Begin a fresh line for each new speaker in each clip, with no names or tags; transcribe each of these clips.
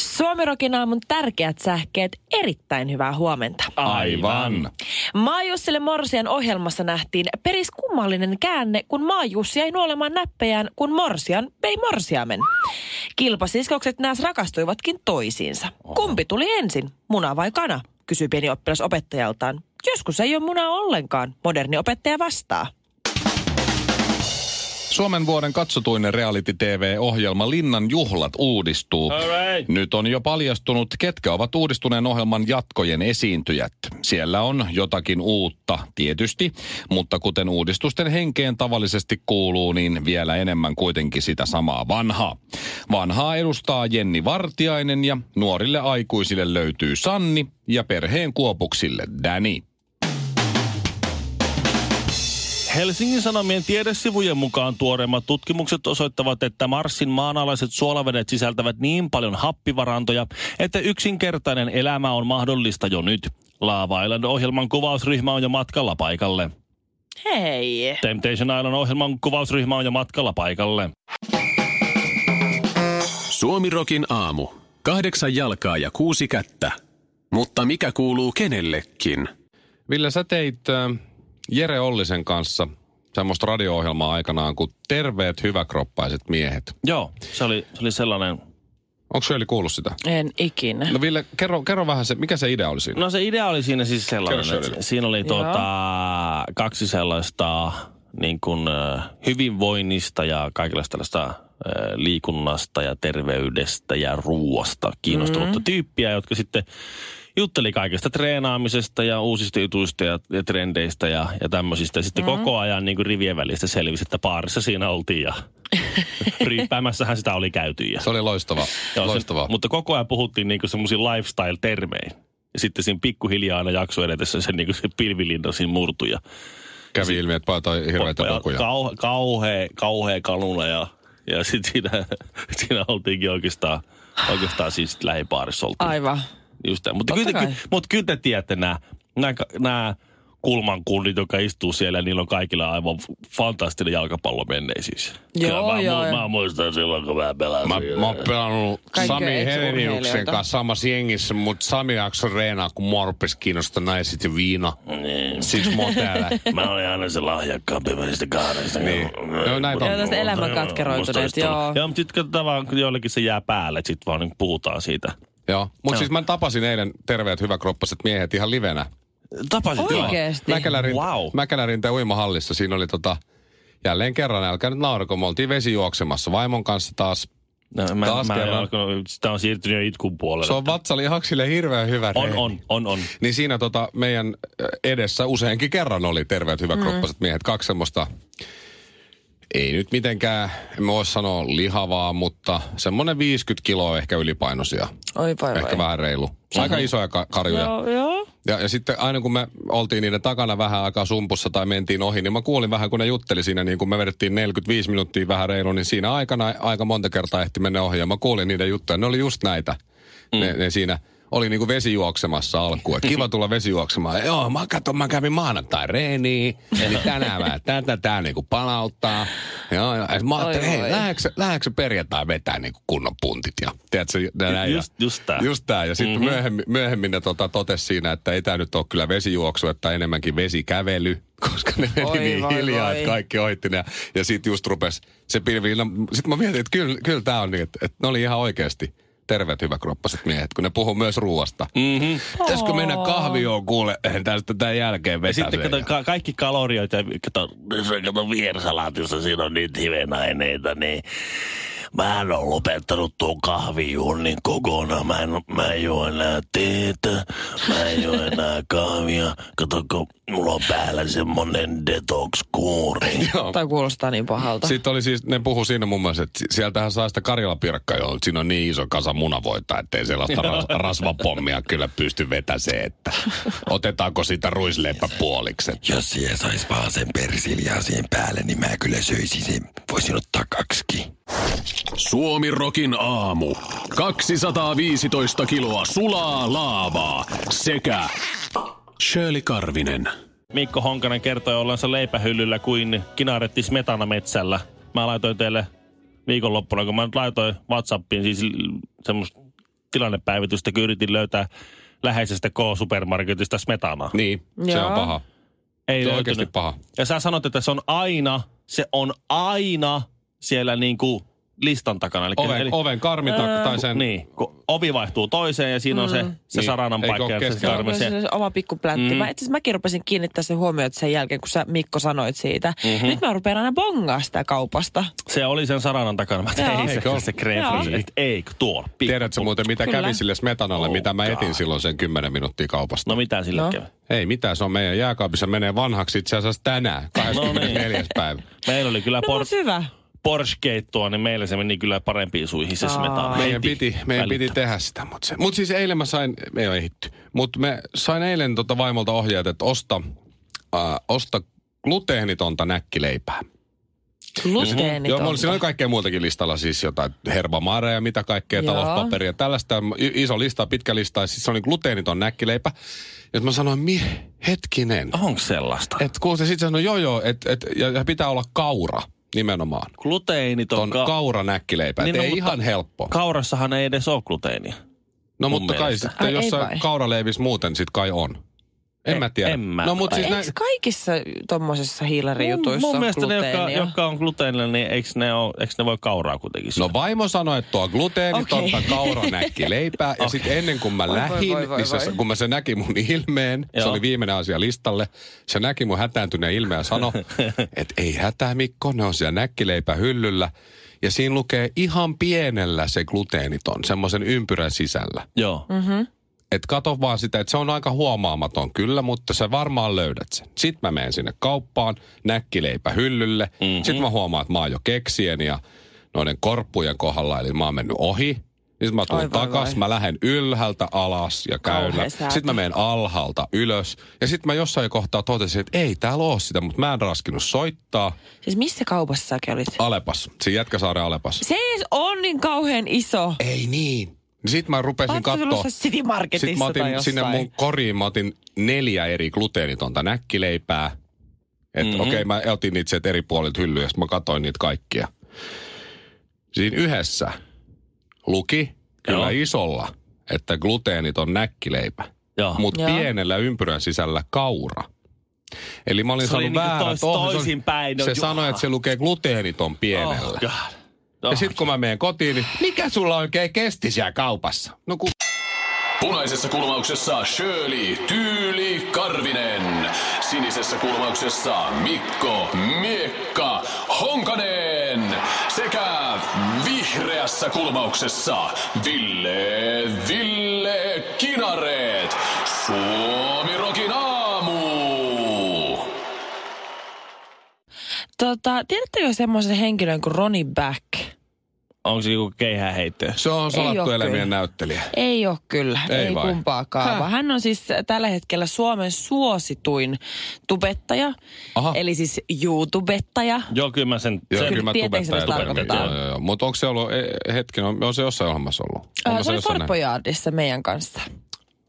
Suomirokin aamun tärkeät sähkeet, erittäin hyvää huomenta.
Aivan.
Maajussille Morsian ohjelmassa nähtiin peris kummallinen käänne, kun Maajussi jäi nuolemaan näppejään, kun Morsian vei Morsiamen. Kilpasiskokset nääs rakastuivatkin toisiinsa. Kumpi tuli ensin, muna vai kana, kysyi pieni oppilas opettajaltaan. Joskus ei ole munaa ollenkaan, moderni opettaja vastaa.
Suomen vuoden katsotuinen reality-tv-ohjelma Linnan juhlat uudistuu.
Alright.
Nyt on jo paljastunut, ketkä ovat uudistuneen ohjelman jatkojen esiintyjät. Siellä on jotakin uutta, tietysti, mutta kuten uudistusten henkeen tavallisesti kuuluu, niin vielä enemmän kuitenkin sitä samaa vanhaa. Vanhaa edustaa Jenni Vartiainen ja nuorille aikuisille löytyy Sanni ja perheen kuopuksille Dani.
Helsingin Sanomien tiedesivujen mukaan tuoreimmat tutkimukset osoittavat, että Marsin maanalaiset suolavedet sisältävät niin paljon happivarantoja, että yksinkertainen elämä on mahdollista jo nyt. Laava Island-ohjelman kuvausryhmä on jo matkalla paikalle.
Hei.
Temptation Island-ohjelman kuvausryhmä on jo matkalla paikalle.
Suomirokin aamu. Kahdeksan jalkaa ja kuusi kättä. Mutta mikä kuuluu kenellekin?
Ville, sä teit äh, Jere Ollisen kanssa semmoista radio-ohjelmaa aikanaan kuin Terveet hyväkroppaiset miehet.
Joo, se oli, se oli sellainen
Onko Shirley kuullut sitä?
En ikinä.
No Ville, kerro, kerro vähän se, mikä se idea oli siinä?
No se idea oli siinä siis sellainen,
Kerro
että
Shirley.
siinä oli tuota, kaksi sellaista niin kuin, ö, hyvinvoinnista ja kaikenlaista tällaista ö, liikunnasta ja terveydestä ja ruoasta kiinnostunutta tyyppiä, jotka sitten jutteli kaikesta treenaamisesta ja uusista jutuista ja, ja trendeistä ja, ja tämmöisistä. Ja Sitten koko ajan niin kuin rivien välistä selvisi, että paarissa siinä oltiin ja ryyppäämässähän sitä oli käyty. Ja.
Se oli loistava,
Joo, se-
loistava.
Mutta koko ajan puhuttiin niinku semmoisin lifestyle-termein. Ja sitten siinä pikkuhiljaa aina jakso edetessä se, niinku se pilvilinna siinä murtui. Ja
Kävi ilmi, että jotain hirveitä
ja
lukuja.
Kauhe, kauhea, kauhea kanuna ja, ja sitten siinä, siinä oltiinkin oikeastaan, oikeastaan siis lähipaarissa oltiin.
Aivan.
Just näin. Mutta,
Totta
kuitenkin, mutta kyllä te tiedätte nämä, nämä, nämä kulmankunnit, jotka istuu siellä, niillä on kaikilla aivan f- fantastinen jalkapallo menneisyys.
Joo,
kyllä mä,
joo,
mu-
joo.
mä, muistan silloin, kun mä pelasin.
Mä, mä oon pelannut
Kaikkea
Sami Heleniuksen
ex-urheilijoita.
kanssa samassa jengissä, mutta Sami jakso reenaa, kun morpes kiinnostaa naiset ja viina.
Niin.
Siksi mä oon täällä.
Mä olin aina se lahjakkaampi näistä kahdesta.
Niin. Joo, näitä on. Joo,
tästä elämän katkeroituneet,
Musta istuu-
joo.
Joo, mutta sitten katsotaan vaan, kun joillekin se jää päälle, että sitten vaan niin puhutaan siitä.
Joo. Mutta siis mä tapasin eilen terveet hyväkroppaset miehet ihan livenä.
Tapasit joo.
Oikeesti.
Mäkälärin,
Wow.
wow. Mäkälärin tai uimahallissa. Siinä oli tota, jälleen kerran, älkää nyt naurako, me oltiin vesijuoksemassa vaimon kanssa taas.
No, mä,
Taas
mä en
kerran.
alkanut, sitä on siirtynyt jo itkun puolelle.
Se on vatsalihaksille hirveän hyvä
on,
reeni.
on, on, on.
Niin siinä tota, meidän ö, edessä useinkin kerran oli terveet hyväkroppaset mm. miehet. Kaksi semmoista, ei nyt mitenkään, en mä voi sanoa lihavaa, mutta semmoinen 50 kiloa ehkä ylipainoisia.
Oi voi
Ehkä
voi.
vähän reilu. Aika isoja ka- karjuja.
Joo, joo.
Ja, ja sitten aina kun me oltiin niiden takana vähän aikaa sumpussa tai mentiin ohi, niin mä kuulin vähän kun ne jutteli siinä, niin kun me vedettiin 45 minuuttia vähän reilu, niin siinä aikana aika monta kertaa ehti mennä ohi ja mä kuulin niiden juttuja. Ne oli just näitä. Mm. Ne, ne siinä oli niinku vesi juoksemassa alkuun. Et kiva tulla vesi juoksemaan. Joo, mä katson, mä kävin maanantai reeniin. Eli tänään mä tätä, tää niinku palauttaa. Joo, ja sit mä ajattelin,
Oi,
hei,
voi.
lähdekö, lähdekö perjantai vetää niinku kunnon puntit? Ja, tiedätkö, näin.
Just-
ja,
just tää.
Just tää. Ja sitten mm-hmm. myöhemmin, myöhemmin ne tota, totesi siinä, että ei tämä nyt ole kyllä vesijuoksu, että enemmänkin vesikävely, koska ne meni
Oi,
niin
voi,
hiljaa,
voi.
että kaikki ohitti ne. Ja sitten just rupes se pilvi. No, sitten mä mietin, että kyllä, kyllä tämä on niin, että, että ne oli ihan oikeasti terveet hyväkroppaset miehet, kun ne puhuu myös ruoasta. Mm-hmm. Pitäisikö mennä kahvioon kuule tästä tämän jälkeen
Ja
vetää
sitten
sen
kato, ka- kaikki kalorioita, ja kato, se kato viersalaatissa, siinä on niitä hivenaineita, niin mä en ole lopettanut tuon kahvijuonnin kokonaan. Mä en, mä en juo enää teetä, mä en juo enää kahvia. Kato, kun mulla on päällä semmonen detox-kuuri.
Joo.
Tämä kuulostaa niin pahalta.
Sitten oli siis, ne puhu siinä muun muassa, että si- sieltähän saa sitä karjalapirkkaa, joo, siinä on niin iso kasa munavoita, ettei sellaista ras, rasvapommia kyllä pysty vetäseen, että otetaanko siitä ruisleipä puoliksi. että-
Jos siihen saisi vaan sen persiljaa siihen päälle, niin mä kyllä söisin sen. Voisin ottaa kaksikin.
Suomirokin aamu. 215 kiloa sulaa laavaa sekä Shirley Karvinen.
Mikko Honkanen kertoi ollensa leipähyllyllä kuin kinaretti smetana metsällä. Mä laitoin teille viikonloppuna, kun mä nyt laitoin Whatsappiin siis l- semmoista tilannepäivitystä, kun yritin löytää läheisestä K-supermarketista smetanaa.
Niin, se on
Joo.
paha.
Ei
Se on oikeasti
löytynyt.
paha.
Ja sä sanot, että se on aina, se on aina siellä niinku listan takana. Eli,
Oven,
eli,
oven karmi tak- tai sen...
Niin, kun ovi vaihtuu toiseen ja siinä on
Mm.
se, se
Niin,
saranan
eikö
paikka.
ole
ja se
keskellä?
sarven-
Se
se-
on se oma pikku plätti. Mm. Mä, itse asiassa mäkin rupesin kiinnittää sen huomiota sen jälkeen, kun sä Mikko sanoit siitä. Mm-hmm. Nyt mä rupean aina bongaa sitä kaupasta. No,
Se oli sen saranan takana. Mä
Joo.
tein se,
Eikö ole?
se Greflis.
Joo.
Et Eikö tuolla? Pikku
Tiedätkö muuten, mitä
Kyllä.
kävi sille smetanalle, mitä mä etin silloin sen 10 minuuttia kaupasta?
No mitä sillä no.
No.
kävi?
Ei mitään, se on meidän jääkaapissa, menee vanhaksi itse asiassa
No
tänään,
niin.
24. päivä.
Meillä oli kyllä
No
por-
Por- hyvä.
Porsche-keittoa, niin meillä se meni kyllä parempiin suihin siis se smetana.
Meidän piti, meidän piti tehdä sitä, mutta se. Mut siis eilen mä sain, ei ole ehitty, mutta me sain eilen tota vaimolta ohjeet, että osta, äh, osta gluteenitonta näkkileipää. Joo, mulla siinä oli
Gluteenitonta.
kaikkea muutakin listalla, siis jotain herbamaareja ja mitä kaikkea,
Joo.
talouspaperia, tällaista, I- iso lista, pitkä lista, ja siis se oli gluteeniton näkkileipä. Ja mä sanoin, mi, hetkinen,
Onko sellaista? Et
Et kun se sitten sanoi, joo joo, et, et, ja, ja pitää olla kaura nimenomaan.
gluteinit on...
Ton
Ka-
kauranäkkileipä, niin,
Niin,
ei
no,
mutta,
mutta-
ihan helppo.
kaurassahan ei edes ole gluteenia.
no
mun
mutta kai
mielestä.
sitten
Ai, ei vai?
jossain kauraleivis muuten sit kai on. En
E-
mä tiedä.
en mä-
no mutta
Siis
siis näin,
Eikö kaikissa tommosissa hiilarijutuissa
mun
on
mielestä ne, jotka,
gluteenia?
jotka on gluteenilla, niin eikö ne, ole, eikö ne voi kauraa kuitenkin syödä?
No vaimo sanoi, että tuo gluteenitonta okay.
Okei.
kauranäkkileipää. Ja sitten ennen kuin mä
Oi, voi,
lähdin,
voi, voi,
niin se,
voi.
kun mä se näki mun ilmeen, Joo. se
Joo.
oli viimeinen asia listalle. Se näki mun hätääntyneen ilmeen ja sanoi, että ei hätää Mikko, ne on siellä näkkileipä hyllyllä. Ja siinä lukee ihan pienellä se gluteeniton, semmoisen ympyrän sisällä.
Joo.
Mhm.
Mm-hmm.
Et kato vaan sitä, että se on aika huomaamaton kyllä, mutta sä varmaan löydät sen. Sitten mä menen sinne kauppaan, näkkileipä hyllylle.
Mhm.
Mm-hmm. Sitten mä huomaan, että mä oon jo keksien ja noiden korppujen kohdalla, eli mä oon mennyt ohi. Sitten mä tulen
Oi voi
takas,
voi.
mä lähden ylhäältä alas ja
Kauhea
käyn.
säätö.
Sitten mä menen alhaalta ylös. Ja sitten mä jossain kohtaa totesin, että ei täällä oo sitä, mutta mä en raskinut soittaa.
Siis missä kaupassa säkin olit?
Alepas, siinä Jätkäsaaren Alepas.
Se ei edes on niin kauhean iso.
Ei niin. Sitten mä rupesin
Oletko
katsoa.
tullut City Marketissa
Sitten mä otin
tai jossain?
sinne mun koriin, mä otin neljä eri gluteenitonta näkkileipää. Että
Mhm.
mm-hmm. okei, okay, mä otin niitä sieltä eri puolilta hyllyä, sitten mä katsoin niitä kaikkia. Siinä yhdessä luki kyllä
Joo.
isolla, että gluteeniton näkkileipä,
Joo.
mutta
Joo.
pienellä ympyrän sisällä kaura. Eli mä olin
Se oli
saanut
niinku
väärät
tois-
ohjeet.
toisinpäin, no
Se
Juha.
sanoi, että se lukee gluteeniton pienellä.
Oh, God.
ja sitten kun mä menen kotiin, niin mikä sulla oikein kesti siellä kaupassa? No kun
Punaisessa kulmauksessa Shirley Tyyli Karvinen. Sinisessä kulmauksessa Mikko Miekka Honkanen. Sekä vihreässä kulmauksessa Ville Ville Kinareet. Suomi Rokin aamu.
Tota, tiedättekö semmoisen henkilön kuin Ronnie Back?
Onko se joku keihäänheittäjä?
se on salattu
oo
elämien
kyllä.
näyttelijä.
Ei ole kyllä,
Ei
ei, ei
vai?
kumpaakaan.
Häh?
Häh? Hän on siis tällä hetkellä Suomen suosituin tubettaja,
Aha.
Aha. eli siis YouTubettaja.
Joo, kyllä mä sen...
Joo,
sen
kyllä mä
tietää,
tubettaja
mistä tarkoitetaan.
Joo, joo, joo. Mutta onko se ollut, e, hetken, on, on se jossain ohjelmassa ollut?
Ää,
Onko
se oli
jossain näin? Oh,
Forpojaardissa meidän kanssa.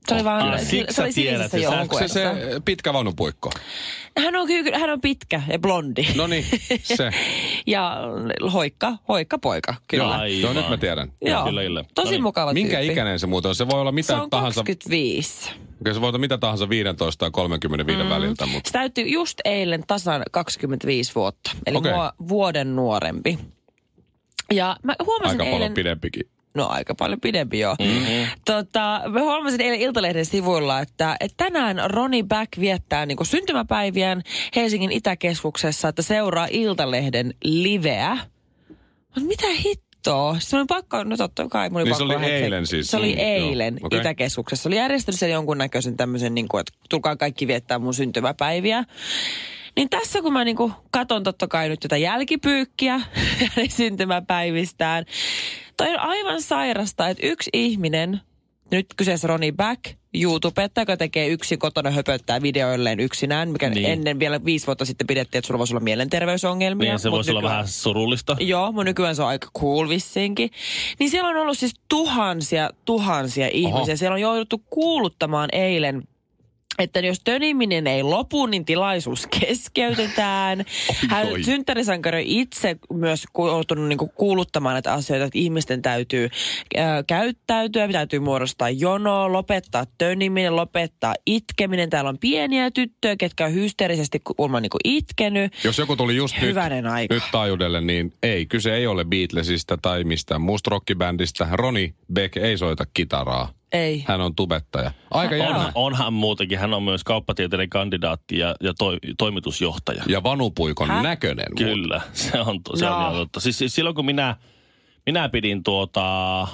Se oli vaan,
siksi
se,
sä
se oli
tiedät,
sinisessä
että sä-
Onko se se
joukkueessa.
pitkä vaunupuikko?
Hän on, kyllä, hän on pitkä ja blondi.
No niin, se.
Ja hoikka, hoikka poika,
Joo,
kyllä.
Aivan.
joo, nyt mä tiedän.
Joo,
kyllä, kyllä.
tosi
Noniin.
mukava
niin. Minkä
tyyppi.
ikäinen se muuten on? Se voi olla mitä
Se on
tahansa,
25.
Okei, se voi olla mitä tahansa 15 ja 35 mm. väliltä, mutta
Se täytyy just eilen tasan 25 vuotta, eli
Okei.
okay. mua vuoden nuorempi. Ja mä huomasin
aika
eilen...
paljon pidempikin.
No aika paljon pidempi joo. Mm-hmm. Tota, mä huomasin eilen Iltalehden sivuilla, että, että tänään Roni Back viettää niin syntymäpäiviään Helsingin Itäkeskuksessa, että seuraa Iltalehden liveä. Mutta mitä hittoa? Sitten mun pakko, no totta kai mun oli
Niin se
pakko
oli
lähteä-
eilen siis.
Se oli
Mm,
eilen
joo, okei.
Itäkeskuksessa. Se oli järjestänyt sen jonkunnäköisen tämmöisen, niin kuin, että tulkaa kaikki viettää mun syntymäpäiviä. Niin tässä kun mä niinku katon totta kai nyt tätä jälkipyykkiä hänen syntymäpäivistään, toi on aivan sairasta, että yksi ihminen, nyt kyseessä Roni Back, YouTube, että kun tekee yksin kotona höpöttää videoilleen yksinään, mikä
Niin.
niin. ennen vielä viisi vuotta sitten pidettiin, että sulla voisi olla mielenterveysongelmia.
Niin se
mut
voisi olla
nykyään-
vähän surullista.
Joo, mun nykyään se on aika cool vissiinkin. Niin siellä on ollut siis tuhansia, tuhansia ihmisiä. Siellä on jouduttu kuuluttamaan eilen että jos töniminen ei lopu, niin tilaisuus keskeytetään. Hän
oi.
synttärisankari on itse myös ku- joutunut niinku kuuluttamaan näitä asioita, että ihmisten täytyy äh, käyttäytyä, täytyy muodostaa jono, lopettaa töniminen, lopettaa itkeminen. Täällä on pieniä tyttöjä, ketkä on hysteerisesti kuulemma niinku itkenyt.
Jos joku tuli just nyt,
Hyvänen aika.
nyt taajuudelle, niin ei, kyse ei ole Beatlesista tai mistään muusta rockibändistä. Roni Beck ei soita kitaraa.
Ei.
Hän on tubettaja. Aika
On,
jännä.
onhan muutenkin. Hän on myös kauppatieteiden kandidaatti ja, ja toi, toimitusjohtaja.
Ja vanupuikon
Häh?
näköinen. muuten.
Kyllä, se on, to- se on
No.
ihan totta. Siis, siis silloin kun minä, minä pidin tuota, ö,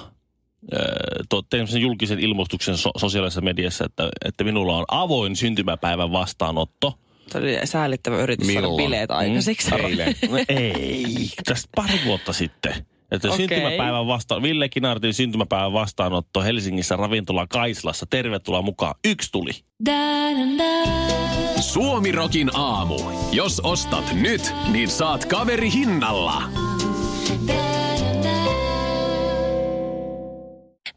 tuo, tein sen julkisen ilmoituksen so, sosiaalisessa mediassa, että, että minulla on avoin syntymäpäivän vastaanotto.
Se oli säälittävä yritys saada
Milloin?
Mm.
bileet aikaiseksi.
Eilen.
No ei, tästä pari vuotta sitten. Että
Okei.
syntymäpäivän vasta, Ville Kinartin syntymäpäivän vastaanotto Helsingissä ravintola Kaislassa. Tervetuloa mukaan. Yksi tuli.
Suomirokin aamu. Jos ostat nyt, niin saat kaveri hinnalla.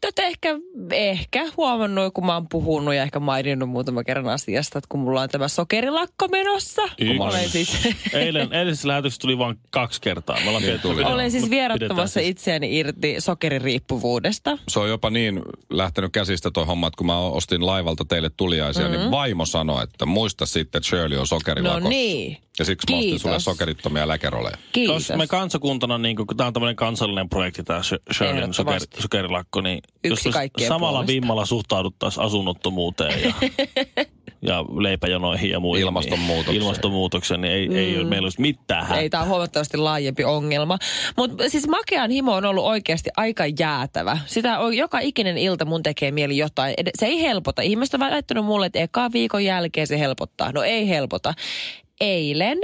Te olette ehkä, ehkä huomannut, kun mä oon puhunut ja ehkä maininnut muutama kerran asiasta, että kun mulla on tämä sokerilakko menossa.
Yksi.
Olen siis,
Eilen, eilisessä lähetyksessä tuli vain kaksi kertaa. Me ollaan pidetty-
tuli.
olen siis
Mut pidetään
vierottamassa
siis-
itseäni irti sokeririippuvuudesta.
Se on jopa niin lähtenyt käsistä toi homma, että kun mä ostin laivalta teille tuliaisia, mm-hmm. niin vaimo sanoi, että muista sitten, että Shirley on sokerilakossa.
No niin.
Ja siksi mä ostin
Kiitos.
sulle sokerittomia läkeroleja.
Kiitos.
Jos me kansakuntana, niin kun, kun tämä on tämmöinen kansallinen projekti, tämä Shirleyn soker,
Ehdottomasti.
sokerilakko, niin
Yksi
jos me
kaikkien
samalla
puolesta.
vimmalla suhtauduttaisiin asunnottomuuteen ja, ja leipäjonoihin ja muihin.
Ilmastonmuutokseen.
Niin, ilmastonmuutokseen, niin ei, mm. ei ole- meillä olisi mitään
Ei,
hätää.
tämä on huomattavasti laajempi ongelma. Mutta siis makean himo on ollut oikeasti aika jäätävä. Sitä on, joka ikinen ilta mun tekee mieli jotain. Ed- Se ei helpota. Ihmiset on vaan laittanut mulle, että eka viikon jälkeen se helpottaa. No ei helpota. Eilen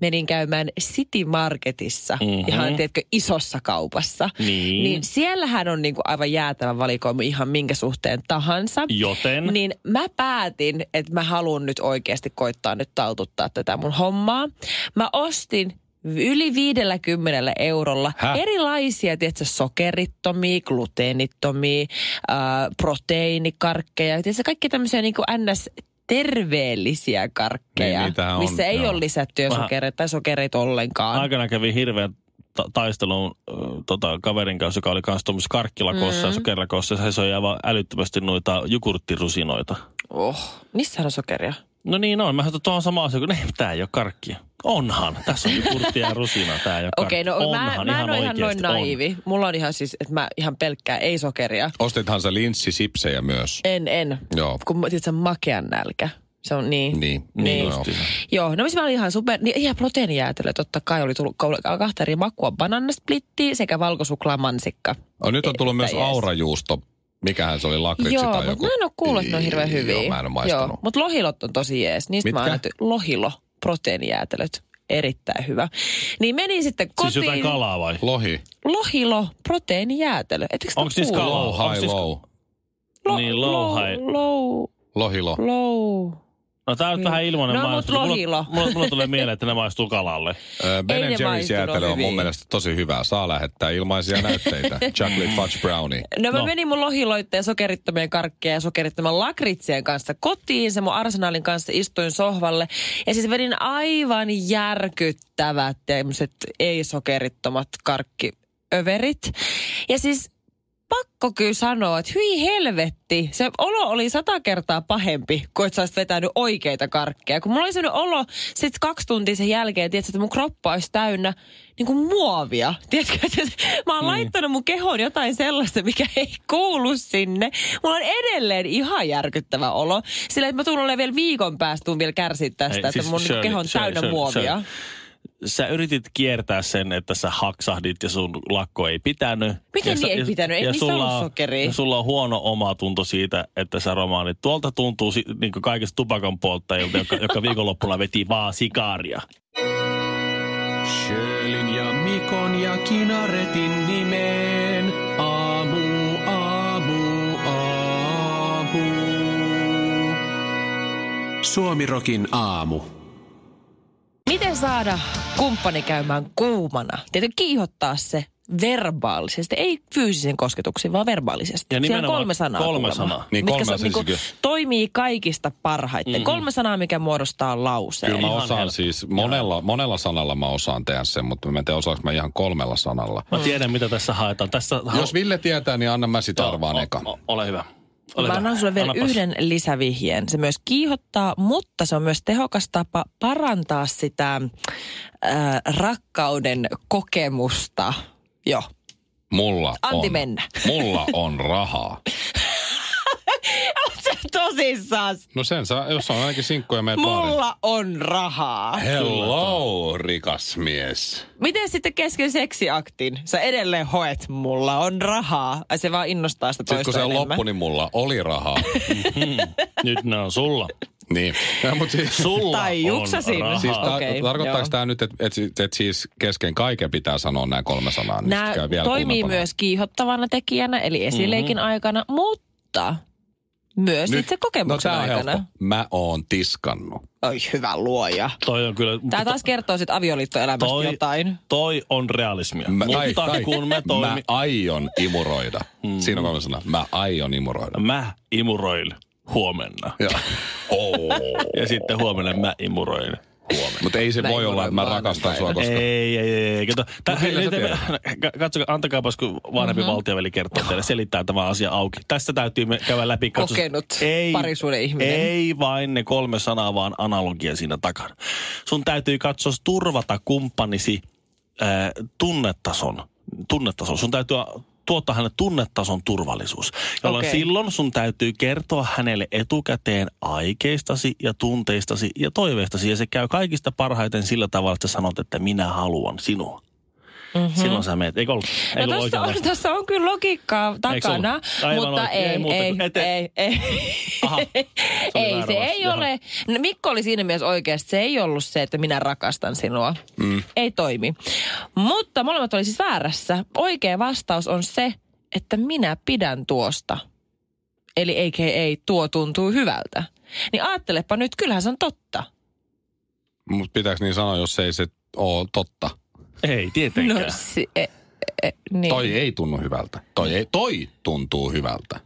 menin käymään City Marketissa,
Mhm.
mm-hmm. ihan tiedätkö, isossa kaupassa.
Niin.
niin siellähän on niinku aivan jäätävä valikoima ihan minkä suhteen tahansa.
Joten niin.
Niin mä päätin, että mä haluan nyt oikeasti koittaa nyt taltuttaa tätä mun hommaa. Mä ostin yli 50 eurolla
Häh?
erilaisia, tietsä, sokerittomia, gluteenittomia, äh, proteiinikarkkeja, tietsä, kaikki tämmöisiä niin kuin ns terveellisiä
Niin,
karkkeja,
niitähän on,
missä ei
joo.
ole lisättyjä
Vähän-
sokereita tai sokereita ollenkaan.
aikana kävi hirveän ta- taistelun äh, tota, kaverin kanssa, joka oli kanssa tuommoisessa karkkilakossa mm. ja sokerilakossa. Se soi aivan älyttömästi noita jukurttirusinoita.
Oh, missähän on sokeria?
No niin on. Mä sanoin, että tuo on sama asia kuin, "Ei, tää ei ole karkkia. Onhan. Tässä on niinku kurttia ja rusina. Tää ei ole
Okei,
karkkia.
okay, no mä,
Onhan,
mä en ole ihan
oikeesti
noin
on.
naivi. On. Mulla on ihan siis, että mä ihan pelkkää ei sokeria.
Ostithan sä linssisipsejä myös.
En, en.
Joo.
Kun mä- tiedät, sä makean nälkä. Se on niin.
Niin.
Niin
Joo.
justiin.
Joo, no missä mä olin ihan super, niin ihan proteiinijäätelö totta kai oli tullut kaula- kahta eri makua, bananasplitti sekä valkosuklaamansikka.
Oh, nyt on tullut
Eh,
myös
tai ees.
aurajuusto. Mikähän se oli, lakritsi
Joo,
tai
mutta
joku?
mä en ole kuullut, että ne on hirveän hyviä.
Joo, mä en ole maistanut. Joo.
mutta lohilot on tosi jees. Niistä
Mitkä?
mä oon nyt- lohilo, proteiinijäätelöt. Erittäin hyvä. Niin menin sitten kotiin.
Siis jotain kalaa vai?
Lohi.
Lohilo, proteiinijäätelö. Ettekö
Onko siis
kuullut?
kalaa?
Low,
Onko
high,
siis-
low.
Niin, low high.
Low,
Lohilo.
low.
No tää on nyt vähän ilmainen
No,
mainos,
mut
mutta
lohilo.
Mulla, mulla, mulla tulee mieleen, että ne maistuu kalalle.
Ö, Ben
Ei ne
Jerry's
maistunut
jäätelö on mun
hyviä.
mielestä tosi hyvää. Saa lähettää ilmaisia näytteitä. Chocolate fudge brownie.
No mä
No.
no. menin mun lohiloitteen sokerittomien karkkeja ja sokerittoman lakritsien kanssa kotiin. Se mun arsenaalin kanssa istuin sohvalle. Ja siis vedin aivan järkyttävät tämmöiset ei-sokerittomat karkkiöverit. Ja siis pakko kyllä sanoa, että hyi helvetti. Se olo oli sata kertaa pahempi, kun et sä olisit vetänyt oikeita karkkeja. Kun mulla oli sellainen olo sit kaksi tuntia sen jälkeen, tiedätkö, että mun kroppa olisi täynnä niin kuin muovia. Tiedätkö, että mä oon laittanut mun kehoon jotain sellaista, mikä ei kuulu sinne. Mulla on edelleen ihan järkyttävä olo. Sillä että mä tuun olemaan vielä viikon päästä, tuun vielä kärsiä tästä,
Ei,
että
siis
mun niin kuin
Shirley,
keho on
Shirley,
täynnä
Shirley,
muovia.
Shirley. Sä yritit kiertää sen, että sä haksahdit ja sun lakko ei pitänyt.
Miten
ja
niin
sä-
ei
ja-
pitänyt? Ei
ja
niissä
sulla
ollut
on-
sokeria.
Ja sulla on huono omatunto siitä, että sä romaanit. Tuolta tuntuu niin kaikista tupakan polttajilta, joka, joka viikonloppuna veti vaan sikaaria.
Sjölin ja Mikon ja Kinaretin nimeen. Aamu, aamu, aamu. Suomirokin aamu.
Miten saada kumppani käymään kuumana? Tietenkin kiihottaa se verbaalisesti, ei fyysisen kosketuksen, vaan verbaalisesti. Siellä
Ja
on
nimenomaan
kolme sanaa.
kolme
kuulemma,
sanaa.
Niin,
mitkä
kolme
sa-
on
niinku
ensinnäkin.
toimii kaikista parhaiten. Mm-hmm. Kolme sanaa, mikä muodostaa lauseen.
Kyllä mä
Ihan
osaan
helppo.
siis, monella, monella sanalla mä osaan tehdä sen, mutta mä en tiedä osaanko mä ihan kolmella sanalla.
Mä tiedän, mitä tässä haetaan. Tässä
Jos Ville tietää, niin anna mä sit arvaan eka.
O- ole hyvä. Ole
Mä
hyvä.
annan sulle vielä
Annapas.
yhden lisävihjeen. Se myös kiihottaa, mutta se on myös tehokas tapa parantaa sitä ää, rakkauden kokemusta. Joo.
Mulla
Antti
on,
mennä.
Mulla on rahaa.
Sä tosissaan.
No sen saa, jos on ainakin sinkkuja meidän
Mulla on rahaa.
Hello, rikas mies.
Miten sitten kesken seksiaktin? Sä edelleen hoet, mulla on rahaa. Ai se vaan innostaa sitä toista
Sitten kun se on
enemmän.
loppu, niin mulla oli rahaa.
Nyt ne on sulla.
niin. Ja, mut siis,
Sulla
Tai juksasin.
on rahaa.
siis ta-
Okei,
tarkoittaako
joo.
tämä nyt, että et, et, et siis kesken kaiken pitää sanoa nämä kolme sanaa? Niin
Nämä
sit käy vielä Mhm.
toimii
kuumempana.
myös kiihottavana tekijänä, eli esileikin mm-hmm. aikana, mutta myös Nyt. itse
no,
kokemuksen
tää on
aikana.
helppo. Mä oon tiskannut.
Oi hyvä luoja.
Toi on kyllä...
Tämä taas kertoo sitten avioliittoelämästä
toi,
jotain.
Toi on realismia. Mä, Mutta kun mä
mä
toimin...
aion imuroida. Mm. Siinä on kolme sanaa. Mä aion imuroida.
Mä, mä imuroin huomenna.
Ja. Oh.
Ja sitten huomenna mä imuroin.
Mutta ei se
Mä
voi olla, että mä
imuroin
rakastan sua,
maanantaina.
koska...
Ei, ei, ei. ei. Kato, tä,
Mut millä sä
hei, te- katsokaa, antakaapas, kun vanhempi mm-hmm. valtioveli kertoo teille, selittää tämä asia auki. Tästä täytyy me käydä läpi. katsos-
Kokenut parisuuden ihminen.
Ei vain ne kolme sanaa, vaan analogia siinä takana. Sun täytyy katsoa turvata kumppanisi äh, tunnetason. tunnetason. Sun täytyy tuottaa hänelle tunnetason turvallisuus, jolloin
Okei.
okay. silloin sun täytyy kertoa hänelle etukäteen aikeistasi ja tunteistasi ja toiveistasi. Ja se käy kaikista parhaiten sillä tavalla, että sä sanot, että minä haluan sinua. Mm-hmm. Silloin sä meet. Eikö ollut? Ei
Mhm. No
ollut
tässä
oikein
on,
vasta-
tässä on kyllä logiikkaa takana,
ollut? Aivan
mutta
oikein.
ei,
Ei
ei,
muuta
ei,
kuin eteen.
ei, ei,
Aha, se oli
ei
väärä
se
vastaus.
ei
Jaha.
ole. No, Mikko oli siinä mielessä oikeasti, se ei ollut se, että minä rakastan sinua. Mm. Ei toimi. Mutta molemmat oli siis väärässä. Oikea vastaus on se, että minä pidän tuosta. Eli ei tuo tuntuu hyvältä. Niin ajattelepa nyt, kyllähän se on totta.
Mutta pitääkö niin sanoa, jos ei se ole totta?
Ei,
No,
tietenkään.
si- e, e, niin.
Toi ei tunnu hyvältä. Toi, ei, toi tuntuu hyvältä.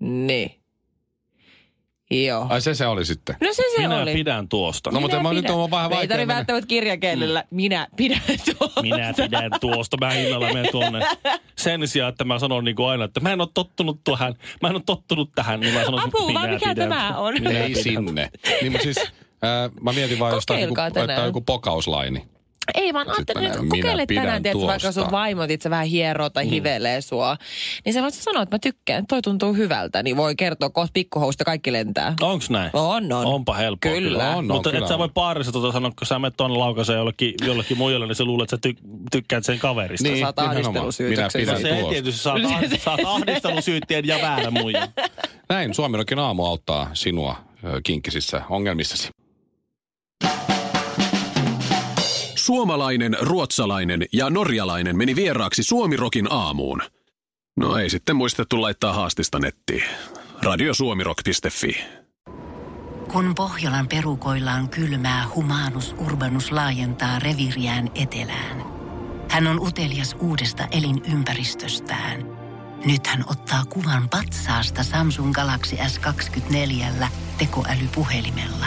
Niin. Joo.
Ai se se oli sitten.
No se se
Minä
oli.
pidän tuosta.
No, mutta
Minä
mä nyt
pidän.
on vähän Mm.
Me ei
vaikea
tarvitse
mennä.
välttämättä kirjakielellä. Minä pidän tuosta.
Minä pidän tuosta, mä illalla menen tuonne. Sen sijaan, että mä sanon niin kuin aina, että mä en ole tottunut tähän, mä en ole tottunut tähän, niin mä sanon, että
Apua,
minä
mikä
pidän.
tämä on?
Minä
ei
pidän.
sinne. Niin, mutta siis, ää, mä mietin vaan jostain, joku,
Kokeilkaa tänään.
että on joku pokauslaini.
Ei vaan
Sitten
ajattelin, että
minä
kokeile
pidän
tänään, tiedätkö, vaikka
tuosta. Mm.
sun vaimot itse vähän hieroo tai hivelee sua. Niin sä voit sanoa, että mä tykkään, toi tuntuu hyvältä. Niin voi kertoa, kohta pikkuhousta kaikki lentää.
Onks näin?
On, on.
Onpa helppoa.
Kyllä.
On, on,
Mutta
kyllä
et sä
on.
voi paarissa tuota sanoa, kun sä menet tuonne laukaiseen jollekin, jollekin muijalle, niin sä luulet, että sä ty- tykkäät sen kaverista.
Niin,
saat
nimenomaan.
ahdistelusyytöksen.
Minä
No se
pidän
ei
tuosta.
tietysti, sä oot ahd- sä oot ahdistelusyytteen ja väärän muijan.
Näin Suomirokin aamu auttaa sinua ö, kinkkisissä ongelmissasi.
Suomalainen, ruotsalainen ja norjalainen meni vieraaksi Suomirokin aamuun. No ei sitten muistettu laittaa haastista nettiin. Radiosuomirok.fi.
Kun Pohjolan perukoillaan kylmää, humanus urbanus laajentaa reviriään etelään. Hän on utelias uudesta elinympäristöstään. Nyt hän ottaa kuvan patsaasta Samsung Galaxy S24 tekoälypuhelimella.